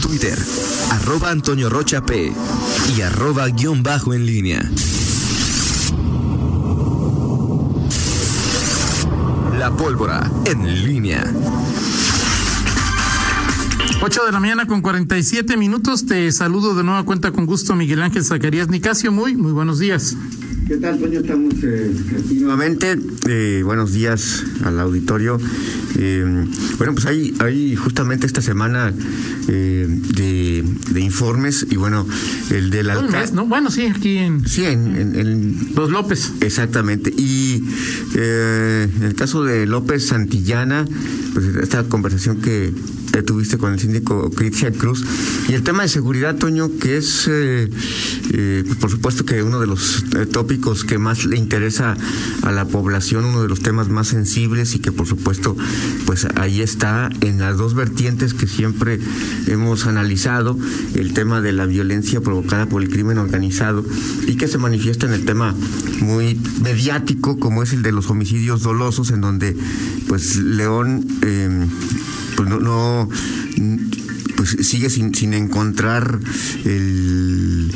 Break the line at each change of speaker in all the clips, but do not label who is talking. Twitter, arroba Antonio Rocha P y arroba guión bajo en línea. La pólvora en línea.
8 de la mañana con 47 minutos. Te saludo de nueva cuenta con gusto, Miguel Ángel Zacarías Nicasio. Muy, muy buenos días.
¿Qué tal, Toño? Estamos eh, aquí nuevamente. Eh, buenos días al auditorio. Eh, bueno, pues hay, hay justamente esta semana eh, de, de, informes y bueno, el del
alcalde. ¿no? Bueno, sí, aquí en.
Sí, en. en, en...
Los López.
Exactamente. Y eh, en el caso de López Santillana, pues esta conversación que tuviste con el síndico Cristian Cruz. Y el tema de seguridad, Toño, que es, eh, eh, por supuesto, que uno de los eh, tópicos que más le interesa a la población, uno de los temas más sensibles y que, por supuesto, pues ahí está en las dos vertientes que siempre hemos analizado, el tema de la violencia provocada por el crimen organizado y que se manifiesta en el tema muy mediático como es el de los homicidios dolosos, en donde, pues, León pues no, no pues sigue sin, sin encontrar el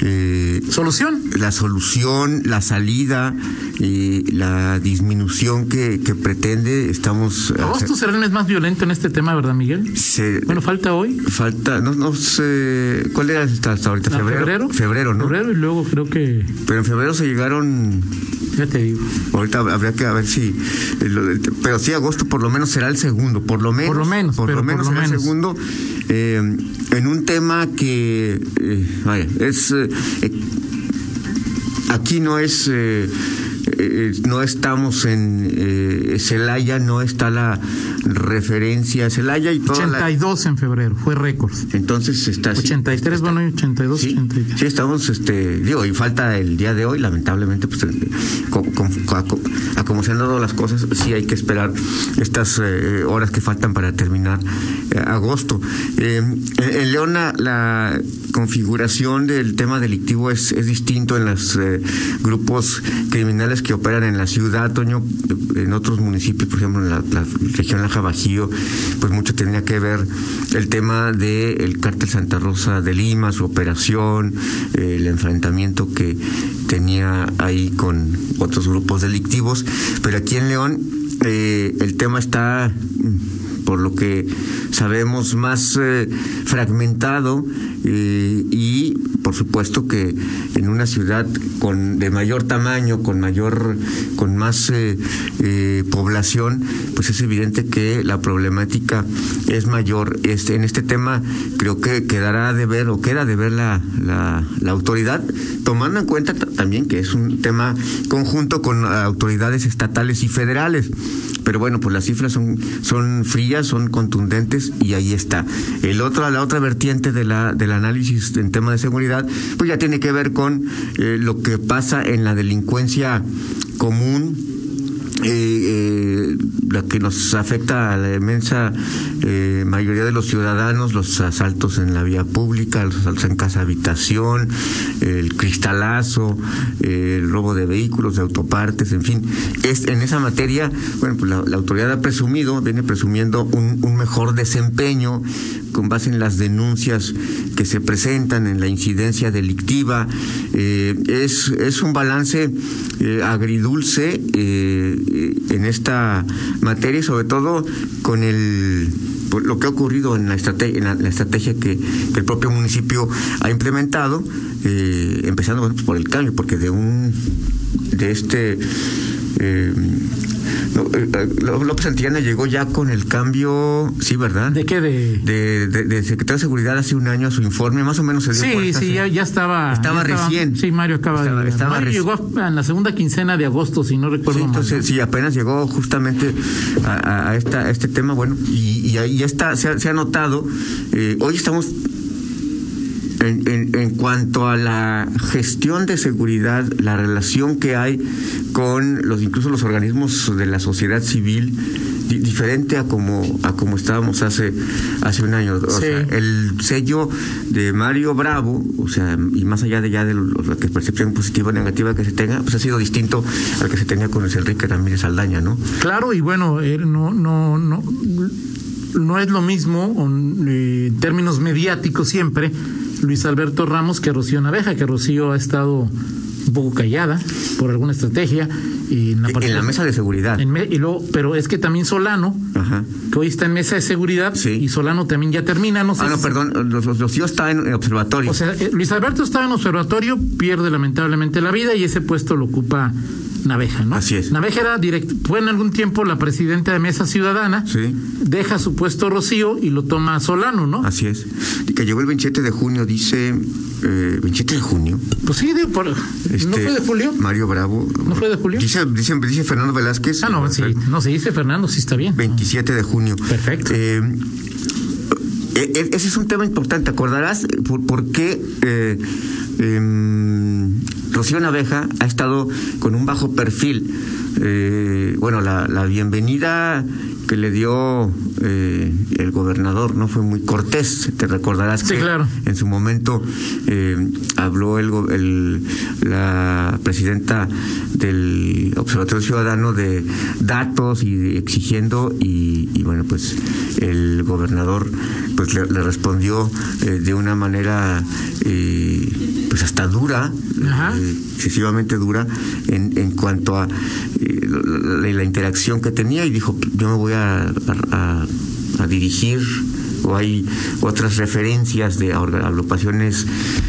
eh, solución
la solución la salida eh, la disminución que, que pretende estamos eh,
agosto será el mes más violento en este tema verdad Miguel
se,
bueno falta hoy
falta no no sé cuál era hasta, hasta ahorita
no, febrero,
Ah, febrero febrero no
febrero y luego creo que
pero en febrero se llegaron
ya te digo.
Ahorita habría que a ver si. eh, Pero sí, agosto por lo menos será el segundo, por lo menos.
Por lo menos,
por lo menos por lo será menos. el segundo. Eh, en un tema que. Eh, vaya, es. Eh, aquí no es. Eh, no estamos en eh, Celaya, no está la referencia a Celaya y toda
82
la...
en febrero, fue récord.
Entonces está
83, está, bueno, y 82,
sí,
83.
Sí, estamos este digo, y falta el día de hoy, lamentablemente pues con, con, con, a, como se han dado las cosas, sí hay que esperar estas eh, horas que faltan para terminar eh, agosto. Eh, en Leona la configuración del tema delictivo es, es distinto en los eh, grupos criminales que operan en la ciudad, Toño, en otros municipios, por ejemplo, en la, la región Laja Bajío, pues mucho tenía que ver el tema del el cártel Santa Rosa de Lima, su operación, eh, el enfrentamiento que tenía ahí con otros grupos delictivos. Pero aquí en León eh, el tema está mm, por lo que sabemos, más eh, fragmentado eh, y, por supuesto, que en una ciudad con de mayor tamaño, con mayor, con más eh, población, pues es evidente que la problemática es mayor. Este, en este tema creo que quedará de ver o queda de ver la, la, la autoridad, tomando en cuenta también que es un tema conjunto con autoridades estatales y federales. Pero bueno, pues las cifras son, son frías son contundentes y ahí está. El otro, la otra vertiente de la, del análisis en tema de seguridad, pues ya tiene que ver con eh, lo que pasa en la delincuencia común. Eh, eh, la que nos afecta a la inmensa eh, mayoría de los ciudadanos, los asaltos en la vía pública, los asaltos en casa habitación, el cristalazo, el robo de vehículos, de autopartes, en fin. Es, en esa materia, bueno, pues la, la autoridad ha presumido, viene presumiendo un, un mejor desempeño con base en las denuncias que se presentan, en la incidencia delictiva. Eh, es, es un balance eh, agridulce eh, en esta materia y sobre todo con el lo que ha ocurrido en la estrategia, en la, la estrategia que, que, el propio municipio ha implementado, eh, empezando bueno, pues, por el cambio, porque de un de este eh, López Santillana llegó ya con el cambio, sí, ¿verdad?
¿De qué?
De, de, de, de secretario de Seguridad hace un año a su informe, más o menos se
dio Sí, sí, ya, ya, estaba.
Estaba
ya
recién.
Estaba, sí, Mario acaba
estaba,
de.
Estaba
Mario llegó en la segunda quincena de agosto, si no recuerdo
sí, entonces,
mal.
Sí, apenas llegó justamente a, a, esta, a este tema, bueno, y, y ahí ya está, se ha, se ha notado. Eh, hoy estamos en, en, en, cuanto a la gestión de seguridad, la relación que hay con los incluso los organismos de la sociedad civil di, diferente a como a como estábamos hace hace un año o sí. sea, el sello de Mario Bravo o sea y más allá de ya de lo, la que percepción positiva o negativa que se tenga pues ha sido distinto al que se tenía con el Enrique Ramírez Aldaña no
claro y bueno eh, no no no no es lo mismo on, eh, en términos mediáticos siempre Luis Alberto Ramos que Rocío Naveja, que Rocío ha estado un poco callada por alguna estrategia. Y en, la
En la mesa de seguridad.
Ah, en me- y luego- pero es que también Solano,
Ajá.
que hoy está en mesa de seguridad,
Sí.
y Solano también ya termina, no sé
Ah, no,
si-
perdón, los, los, los- yo estaba en en observatorio.
O sea, eh, Luis Alberto estaba en observatorio, pierde lamentablemente la vida y ese puesto lo ocupa Naveja, ¿no?
Así es.
Naveja era direct- fue en algún tiempo la presidenta de Mesa Ciudadana,
Sí.
deja su puesto Rocío y lo toma Solano, ¿no?
Así es. Que llegó el 27 de junio, dice. Eh, 27 de junio.
Pues sí, digo, por- ¿no
Este,
fue de Julio?
Mario Bravo.
¿No fue de julio?
Dice, dice, dice Fernando Velázquez.
Ah, no, sí, no se dice Fernando, sí está bien.
27 de junio.
Perfecto.
Eh, e- e- ese es un tema importante. ¿Acordarás por, por qué eh, em, Rocío Naveja ha estado con un bajo perfil? Eh, bueno, la, la bienvenida que le dio eh, el gobernador no fue muy cortés. Te recordarás
Sí,
que
claro.
en su momento eh, habló el, go- el- la presidenta del Observatorio Ciudadano de datos y de- exigiendo y, y, bueno pues el gobernador pues le, le respondió eh, de una manera eh, pues hasta dura
Ajá.
eh, excesivamente dura en, en cuanto a eh, la, la- la interacción que tenía y dijo yo me voy a, a- a- a dirigir o hay otras referencias de orga- agrupaciones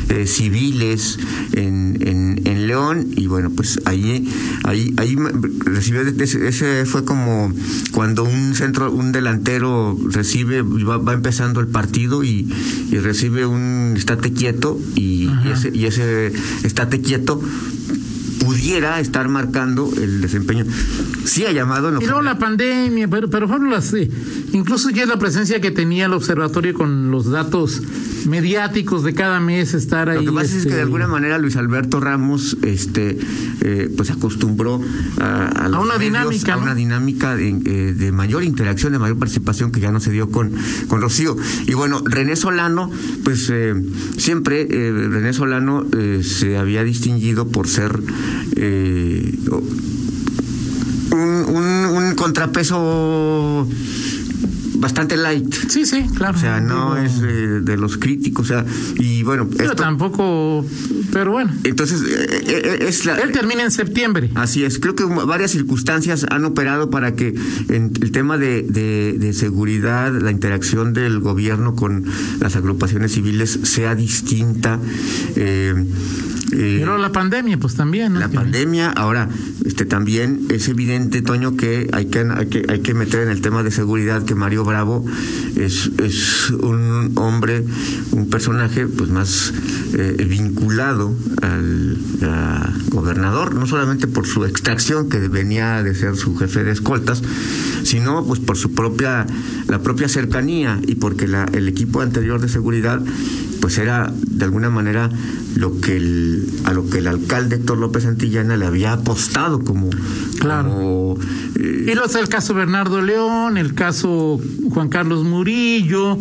eh, civiles en, en- en León y bueno pues ahí ahí ahí me- recibió de- de ese, ese fue como cuando un centro un delantero recibe y va, va empezando el partido y, y recibe un estate quieto y, y ese y ese estate quieto pudiera estar marcando el desempeño. Sí ha llamado en lo
Y luego la pandemia, pero, pero fueron las, eh, incluso ya la presencia que tenía el observatorio con los datos mediáticos de cada mes estar ahí.
Lo que pasa es que
este,
de alguna manera Luis Alberto Ramos, este, eh, pues acostumbró a, a los
una dinámica,
a
¿no?
una dinámica de, eh, de mayor interacción, de mayor participación que ya no se dio con, con Rocío. Y bueno, René Solano, pues eh, siempre eh, René Solano eh, se había distinguido por ser eh, un, un- un contrapeso bastante light.
Sí, sí, claro.
O sea, no
Digo,
es eh, de los críticos, o sea, y bueno,
Pero
esto-
tampoco, pero bueno.
entonces, eh, eh, eh, es la-
Él termina en septiembre.
Así es, creo que varias circunstancias han operado para que en el tema de, de- de seguridad, la interacción del gobierno con las agrupaciones civiles sea distinta. eh, eh,
Pero la pandemia, pues también. ¿no?
la
Que-
pandemia, ahora, este también es evidente, Toño, que hay que, hay que, hay que meter en el tema de seguridad que Mario Bravo es, es un hombre, un personaje pues más eh, vinculado al a gobernador, no solamente por su extracción que venía de ser su jefe de escoltas, sino pues por su propia, la propia cercanía y porque la- el equipo anterior de seguridad pues era de alguna manera lo que el, a lo que el alcalde Héctor López Santillana le había apostado como
Claro.
como, eh,
Y los el caso Bernardo León, el caso Juan Carlos Murillo,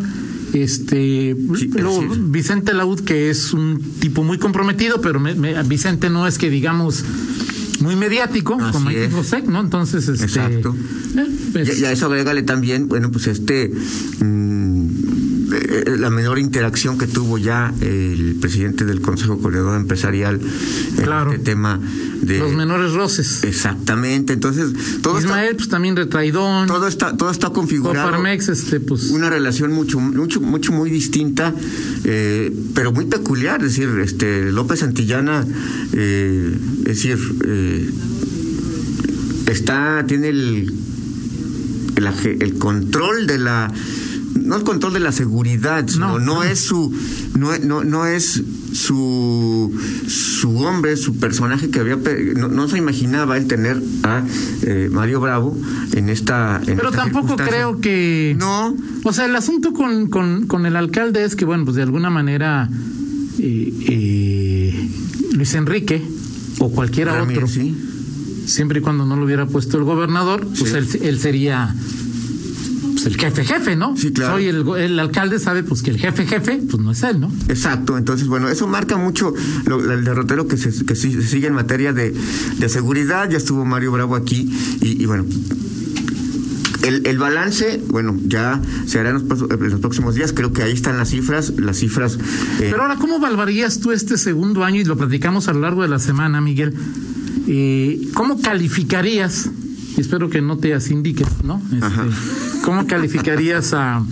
este
Sí,
luego
así es.
Vicente Laud, que es un tipo muy comprometido, pero me- me- Vicente no es que digamos muy mediático,
Así
como Maite
es.
José, ¿no? Entonces, este
Exacto.
eh, pues,
y a eso agrégale también bueno pues este mm, eh, la menor interacción que tuvo ya el presidente del Consejo Coordinador Empresarial en
Claro.
este tema de
los menores roces.
exactamente entonces eh, todo está-
Ismael, pues también retraidón,
todo está todo está configurado
Coparmex, este, pues
una relación mucho mucho mucho muy distinta eh, pero muy peculiar es decir este López Santillana eh, es decir eh, está tiene el el, aje- el control de la no el control de la seguridad sino no,
No, no.
es su no, es- no, no es su su hombre su personaje que había pe- no, no se imaginaba él tener a eh, Mario Bravo en esta en
Pero
esta
tampoco
circunstancia.
creo que.
No.
O sea, el asunto con, con, con el alcalde es que, bueno, pues de alguna manera. eh, eh, Luis Enrique o cualquiera
Ramírez,
otro,
Ah, sí.
siempre y cuando no lo hubiera puesto el gobernador, pues
Sí.
él, él sería. pues, el jefe jefe, ¿no?
Sí, claro.
Soy el, go- el alcalde sabe pues que el jefe jefe, pues no es él, ¿no?
Exacto, entonces bueno, eso marca mucho lo- la- el derrotero que se, que sí- se sigue en materia de, de seguridad, ya estuvo Mario Bravo aquí y, y, bueno, el, el balance, bueno, ya se hará en los, pro- en los próximos días. Creo que ahí están las cifras. Las cifras. eh,
Pero ahora, ¿cómo valorarías tú este segundo año? Y lo platicamos a lo largo de la semana, Miguel. Eh, ¿Cómo calificarías? y espero que no te asindiques, ¿no? Este, ¿Cómo calificarías a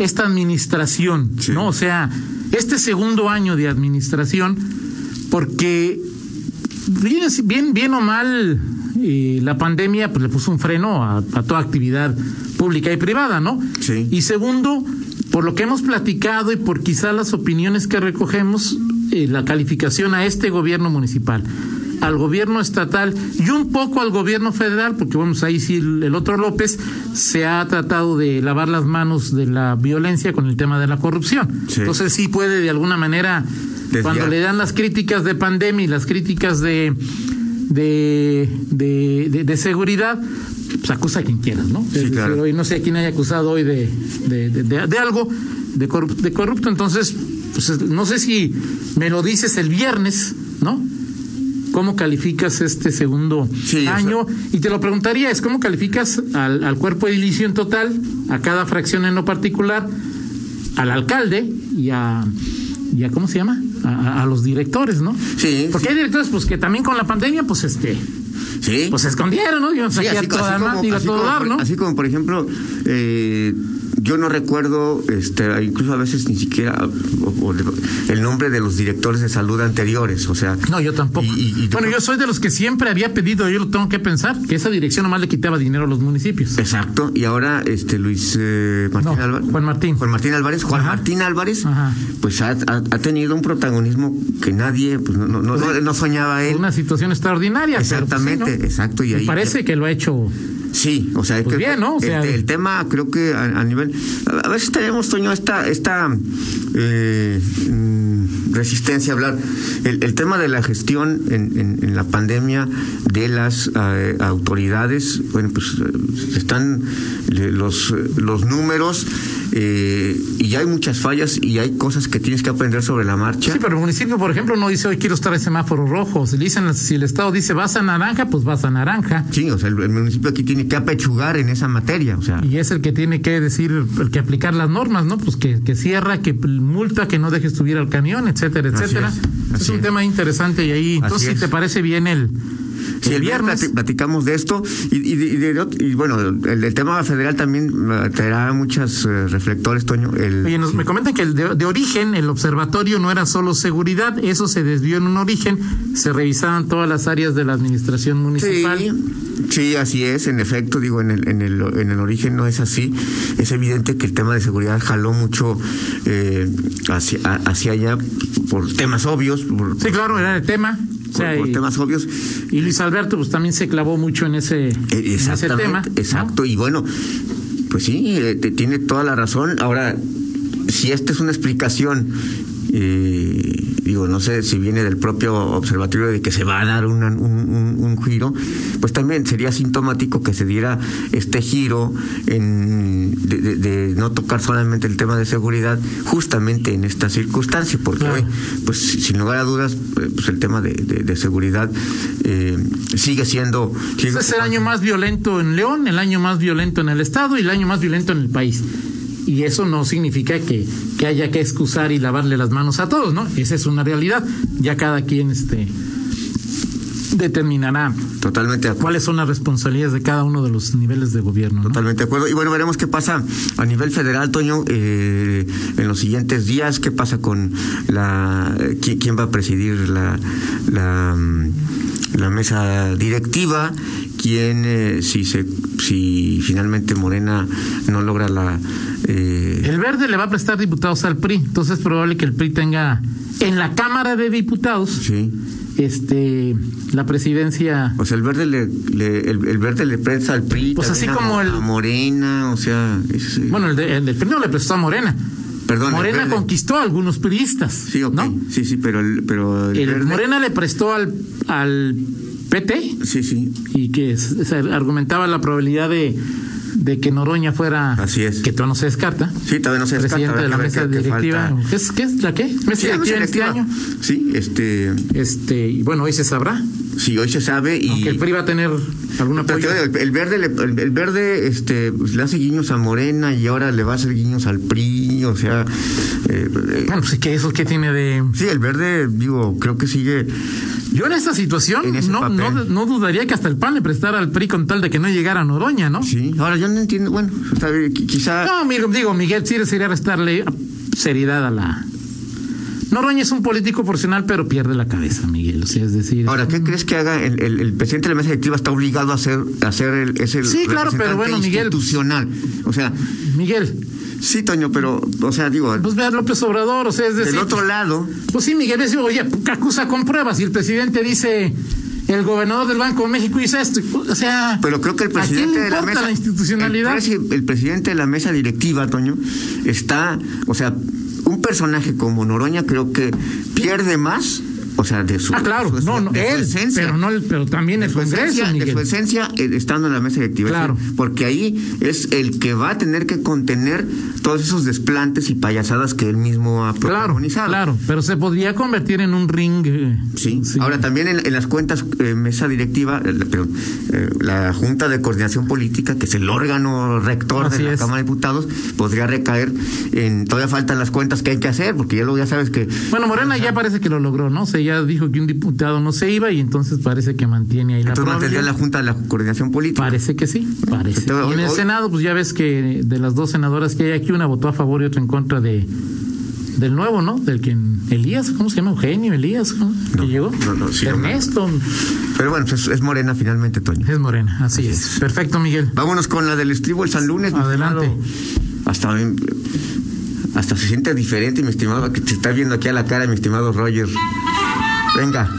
esta administración?
Sí.
¿No? O sea, este segundo año de administración, porque bien, bien, bien o mal, eh, la pandemia pues, le puso un freno a, a toda actividad pública y privada, ¿no?
Sí.
Y segundo, por lo que hemos platicado y por quizá las opiniones que recogemos, eh, la calificación a este gobierno municipal, al gobierno estatal y un poco al gobierno federal, porque vamos ahí sí el el otro López se ha tratado de lavar las manos de la violencia con el tema de la corrupción.
Sí.
Entonces sí puede de alguna manera
Desviar.
cuando le dan las críticas de pandemia y las críticas de de, de, de- de seguridad, pues acusa a quien quieras, ¿no? Es decir,
claro.
hoy no sé a quién haya acusado hoy de, de, de- de- de algo, de, corrup- de corrupto, entonces, pues, es- no sé si me lo dices el viernes, ¿no? ¿Cómo calificas este segundo
Sí, o sea-
año? Y te lo preguntaría, es cómo calificas al, al cuerpo edilicio en total, a cada fracción en lo particular, al alcalde y a, y a ¿cómo se llama? A, a- a los directores, ¿no?
Sí,
Porque hay directores pues que también con la pandemia, pues este,
sí.
pues se escondieron, ¿no? Iban
Sí,
aquí a
co-
toda madre, digo, a
así
todo
como
dar,
por-
¿no?
así como, por ejemplo, eh, yo no recuerdo, este, incluso a veces ni siquiera o- o de- el nombre de los directores de salud anteriores, o sea.
No, yo tampoco.
Y- y- y-
bueno, yo soy de los que siempre había pedido, yo lo tengo que pensar, que esa dirección nomás le quitaba dinero a los municipios.
Exacto, y ahora este Luis eh, Martín
No,
Álvarez.
Juan Martín.
Juan Martín Álvarez. Juan
Ajá.
Martín Álvarez,
Ajá.
pues ha, ha- ha tenido un protagonismo que nadie, pues no, no, no- no soñaba él.
Una situación extraordinaria. pero, pues, sí,
Exactamente,
¿no?
exacto. Y
Me
ahí
parece que lo ha hecho
Sí, o sea, es
Pues
que
bien, ¿no? O
el,
sea-
el tema creo que a, a nivel... A, a veces tenemos, Toño, esta, esta eh, mm, resistencia a hablar. El, el tema de la gestión en, en- en la pandemia de las eh, autoridades, bueno, pues eh, están le- los, eh, los números eh, y hay muchas fallas y hay cosas que tienes que aprender sobre la marcha.
Sí, pero el municipio, por ejemplo, no dice hoy quiero estar en semáforo rojo. Si, le dicen, si el Estado dice vas a naranja, pues vas a naranja.
Sí, o sea, el, el municipio aquí tiene que apechugar en esa materia, o sea...
Y es el que tiene que decir, el que aplicar las normas, ¿no? Pues que, que cierra, que multa, que no dejes subir al camión, etcétera,
Así
etcétera.
es,
es,
así
un
es.
tema interesante y ahí,
Así
entonces, si
es.
te parece bien el,
Sí,
el
el
viernes.
viernes plati- platicamos de esto y, y de- y de ot- y bueno, el, el tema federal también eh, traerá muchos reflectores, Toño. El,
Oye, nos, me comentan que el de, de origen, el observatorio no era solo seguridad, eso se desvió en un origen, se revisaban todas las áreas de la administración
Sí,
municipal.
sí, así es, en efecto, digo, en el, en, el, en el origen no es así. Es evidente que el tema de seguridad jaló mucho eh, hacia, a- hacia allá por temas obvios. Por,
Sí, claro, era el tema. O
por-
sea,
por
y-
temas obvios.
Y Luis Alberto pues también se clavó mucho en ese, en
Eh,
ese
Exactamente,
tema. ¿no?
exacto. Y bueno, pues sí, eh, te- tiene toda la razón. Ahora, si esta es una explicación, eh, digo, no sé si viene del propio observatorio de que se va a dar una- un, un- un giro, pues también sería sintomático que se diera este giro en, de, de- de no tocar solamente el tema de seguridad justamente en esta circunstancia, porque
Claro.
hoy, pues sin lugar a dudas, pues el tema de, de- de seguridad eh, sigue siendo... sigue-
Este es el año más violento en León, el año más violento en el Estado y el año más violento en el país. Y eso no significa que, que haya que excusar y lavarle las manos a todos, ¿no? Esa es una realidad. Ya cada quien este, determinará
Totalmente de acuerdo.
cuáles son las responsabilidades de cada uno de los niveles de gobierno. ¿no?
Totalmente de acuerdo. Y bueno, veremos qué pasa a nivel federal, Toño, eh, en los siguientes días, qué pasa con la... eh, qui- quién va a presidir la, la, mm, la mesa directiva, quién, eh, si, se, si finalmente Morena no logra la... eh,
El verde le va a prestar diputados al PRI, entonces es probable que el PRI tenga en la Cámara de Diputados
sí.
este, la presidencia
O sea, el verde le, le- el, el verde le prensa al PRI.
Pues
también
así
a-
como el-
a Morena, o sea... es, eh,
Bueno, el, de, el del PRI no le prestó a Morena.
Perdón, el
Morena
verde.
conquistó a algunos priistas.
Sí, ok.
¿no?
Sí, sí, pero el, pero el
El
verde-
Morena le prestó al, al PT
Sí, sí.
y que se- se argumentaba la probabilidad de, de que Noroña fuera.
Así es.
Que todo no se descarta.
Sí, todavía no se descarta.
presidente
habrá
de la
que ver
mesa
qué- qué
directiva.
falta.
¿Qué es, qué es la qué? Mesa
Sí, la
directiva
mesa
en este
directiva.
año.
Sí, este.
Este, y bueno, hoy se sabrá.
Si hoy se sabe y...
Aunque el PRI va a tener alguna
Pero
pues, apoyo.
te digo, el, el verde, le, el, el verde este, pues, le hace guiños a Morena y ahora le va a hacer guiños al PRI, o sea... eh, eh,
Bueno, pues que eso que tiene de...
sí, el verde, digo, creo que sigue...
Yo en esta situación
En ese
no,
papel.
no, no dudaría que hasta el PAN le prestara al PRI con tal de que no llegara a Noroña, ¿no?
Sí, ahora yo no entiendo, bueno, está bien, qui- quizá...
No, mi- digo, Miguel sí sería restarle seriedad a la... Noroña es un político profesional, pero pierde la cabeza, Miguel. O sea, es decir...
Ahora, ¿qué crees que haga el, el- el presidente de la mesa directiva? Está obligado a hacer, a hacer el, es el
Sí, claro, pero
representante
bueno, Miguel.
institucional. O sea,
Miguel,
sí, Toño, pero, o sea, digo,
pues ve a López Obrador, o sea, es decir...
del otro lado,
Pues sí, Miguel, es, oye, ¿qué acusa con pruebas? Y el presidente dice, el gobernador del Banco de México hizo esto. O sea,
pero creo que el
¿a quién le
presidente de la
importa
mesa.
la institucionalidad?
El, presi- el presidente de la mesa directiva, Toño, está, o sea, un personaje como Noroña creo que pierde más, o sea, de su.
ah, claro,
de su-
no, no,
de su
él,
esencia.
pero, no, el- pero también el
de su
Congreso,
esencia, de su
Miguel.
esencia, eh, estando en la mesa directiva.
Claro.
Sí, Porque ahí es el que va a tener que contener todos esos desplantes y payasadas que él mismo ha
Claro,
protagonizado.
claro, pero se podría convertir en un ring. eh,
Sí. Ahora también en, en las cuentas eh, mesa directiva, eh, la- perdón, eh, la Junta de Coordinación Política, que es el órgano rector
Así
de la
es.
Cámara de Diputados, podría recaer en todavía faltan las cuentas que hay que hacer, porque ya lo ya sabes que
Bueno, Morena ya parece que lo logró, ¿no? O sea, ya dijo que un diputado no se iba y entonces parece que mantiene ahí la
entonces mantendría
probabilidad.
la Junta de la Coordinación Política.
Parece que sí, parece.
Entonces,
y en
hoy-
el
hoy-
Senado, pues ya ves que de las dos senadoras que hay aquí, una votó a favor y otra en contra de del nuevo, ¿no? Del quien Elías, ¿cómo se llama? Eugenio Elías, ¿no?
No,
que llegó.
no, no, sí, no, no.
Ernesto
Pero bueno, pues es, es Morena finalmente, Toño.
es Morena, así es. Perfecto, Miguel.
Vámonos con la del estribo el San Lunes. mi
Adelante.
estimado. Hasta, hasta se siente diferente, mi estimado, que te está viendo aquí a la cara, mi estimado Roger. Venga.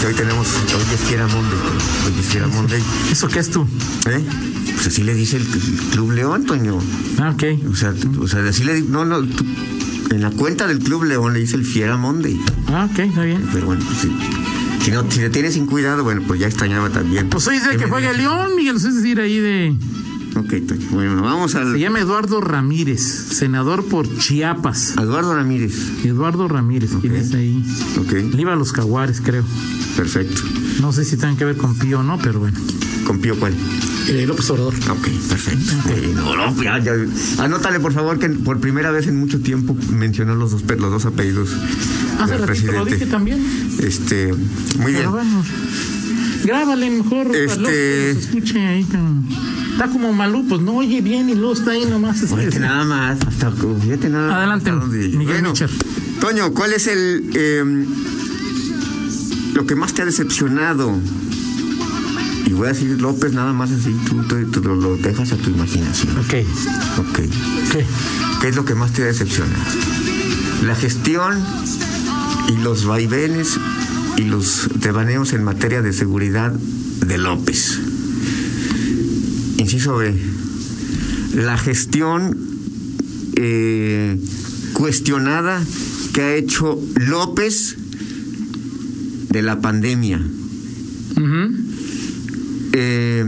Que hoy tenemos, hoy es Fiera Monday. Hoy es Fiera Monday.
¿Eso qué es tú?
¿Eh? Pues así le dice el, el Club León, Toño.
Ah, ok.
O sea, o sea, así le di- No, no. tú- en la cuenta del Club León le dice el Fiera Monday.
Ah, ok, está bien.
Pero bueno, pues sí. Si, no, si le tienes sin cuidado, bueno, pues ya extrañaba también.
Pues hoy dice que juega León, Miguel, es decir, ahí de...
Ok, Toño. bueno, vamos al
Se llama Eduardo Ramírez, senador por Chiapas.
a Eduardo Ramírez.
Eduardo Ramírez, ¿quién
Ok.
es ahí?
Ok,
Le iba a los Caguares, creo.
perfecto.
No sé si tengan que ver con Pío o no, pero bueno.
¿Con Pío cuál?
Eh, López Obrador. Ah,
Ok, perfecto. Bueno, no, ya, ya. Anótale, por favor, que por primera vez en mucho tiempo mencionó los dos, pe- los dos apellidos
Hace
del
ratito lo dije
presidente.
también.
Este, muy bien.
Pero bueno. Grábale mejor.
Este-
Paloma, que se escuche ahí. con- Está como Malú, pues no oye bien y luego está ahí nomás. este-
Fíjate nada más. Hasta, fíjate nada más
Adelante,
hasta dónde-
Miguel
Bueno,
Michel.
Toño, ¿cuál es el eh, lo que más te ha decepcionado? Y voy a decir López nada más así, tú, tú- tú lo, lo dejas a tu imaginación.
Ok,
Ok.
ok.
¿Qué es lo que más te decepciona? La gestión y los vaivenes y los devaneos en materia de seguridad de López. Inciso B. La gestión eh, cuestionada que ha hecho López de la pandemia.
Ujú.
Eh,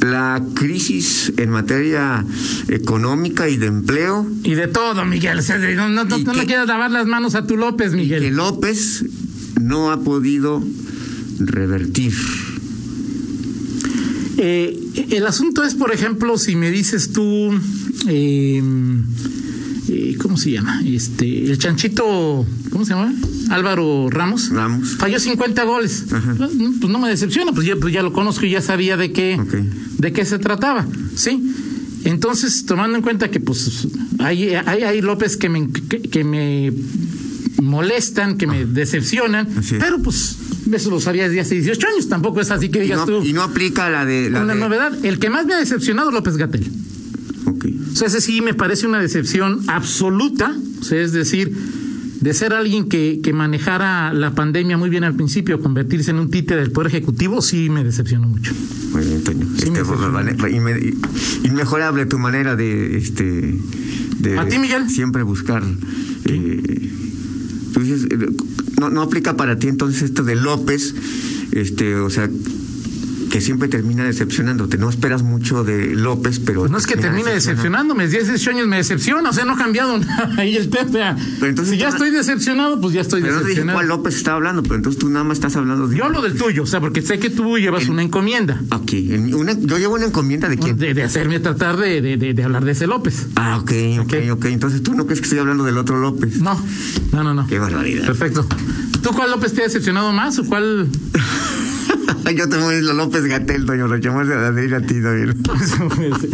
la crisis en materia económica y de empleo.
Y de todo, Miguel. o sea, de- no no, no,
¿Y
no
qué?
le quieras lavar las manos a tu López,
que
Miguel.
López no ha podido revertir.
Eh, el asunto es, por ejemplo, si me dices tú. eh, eh, ¿Cómo se llama? Este, el chanchito, ¿cómo se llama? Álvaro Ramos.
Ramos.
Falló 50 goles.
Ajá.
No, Pues no me decepciona, pues ya, pues ya lo conozco y ya sabía de qué,
Ok.
de qué se trataba. Sí. Entonces, tomando en cuenta que pues hay, hay, hay López que me, que, que me molestan, que me decepcionan,
Así es.
pero pues eso lo sabía desde hace 18 años, tampoco es así que
Y
digas
no,
tú.
y no aplica la de. La
una
de-
novedad, el que más me ha decepcionado López Gatel.
Ok.
O sea, ese sí me parece una decepción absoluta. O sea, es decir, de ser alguien que, que manejara la pandemia muy bien al principio, convertirse en un títere del Poder Ejecutivo, sí me decepcionó mucho.
Muy bien, Toño. Este,
me
pues, vale, inme- inmejorable tu manera de. Este, de
¿A ti, Miguel?
Siempre buscar. eh, tú dices, eh, no, no aplica para ti entonces esto de López. Este, o sea, que siempre termina decepcionándote. No esperas mucho de López, pero.
Pues no es que termine decepcionándome, 10 años me decepciona, o sea, no ha cambiado nada ahí el tema.
Pero entonces
si ya
tú-
estoy decepcionado, pues ya estoy
Pero no te dije
decepcionado.
cuál López estaba hablando, pero entonces tú nada más estás hablando de.
Yo hablo del tuyo, o sea, porque sé que tú llevas una encomienda
Ok, en una- yo llevo una encomienda de quién.
de, de hacerme tratar de, de- de- de hablar de ese López.
Ah, ok, ok, ok. Entonces tú no crees que estoy hablando del otro López.
No, no, no, no.
Qué barbaridad.
Perfecto. ¿Tú cuál López te ha decepcionado más o cuál?
yo te voy a decir López Gatel, doño Rocha, más a decir a ti, doño.
Muy bien,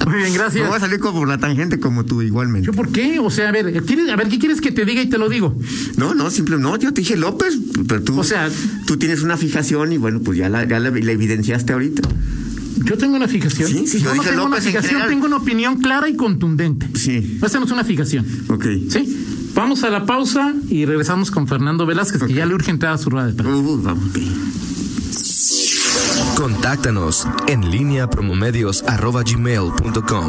Me voy a
gracias.
salir como por la tangente como tú, igualmente.
¿Yo por qué? O sea, a ver, ¿quieres- a ver, ¿qué quieres que te diga y te lo digo?
No, no, simplemente, no, yo te dije López, pero tú.
O sea-
tú tienes una fijación y bueno, pues ya la, ya la, la evidenciaste ahorita.
Yo tengo una fijación.
Sí, sí,
yo
lo
no
dije
tengo una
López en
fijación,
general.
tengo una opinión clara y contundente.
Sí.
Hacemos una fijación.
Ok.
¿Sí? Vamos a la pausa y regresamos con Fernando Velázquez, que ya le urge entrar a su rueda de prensa.
Uh, vamos. ok.
Contáctanos en línea promomedios arroba gmail punto com.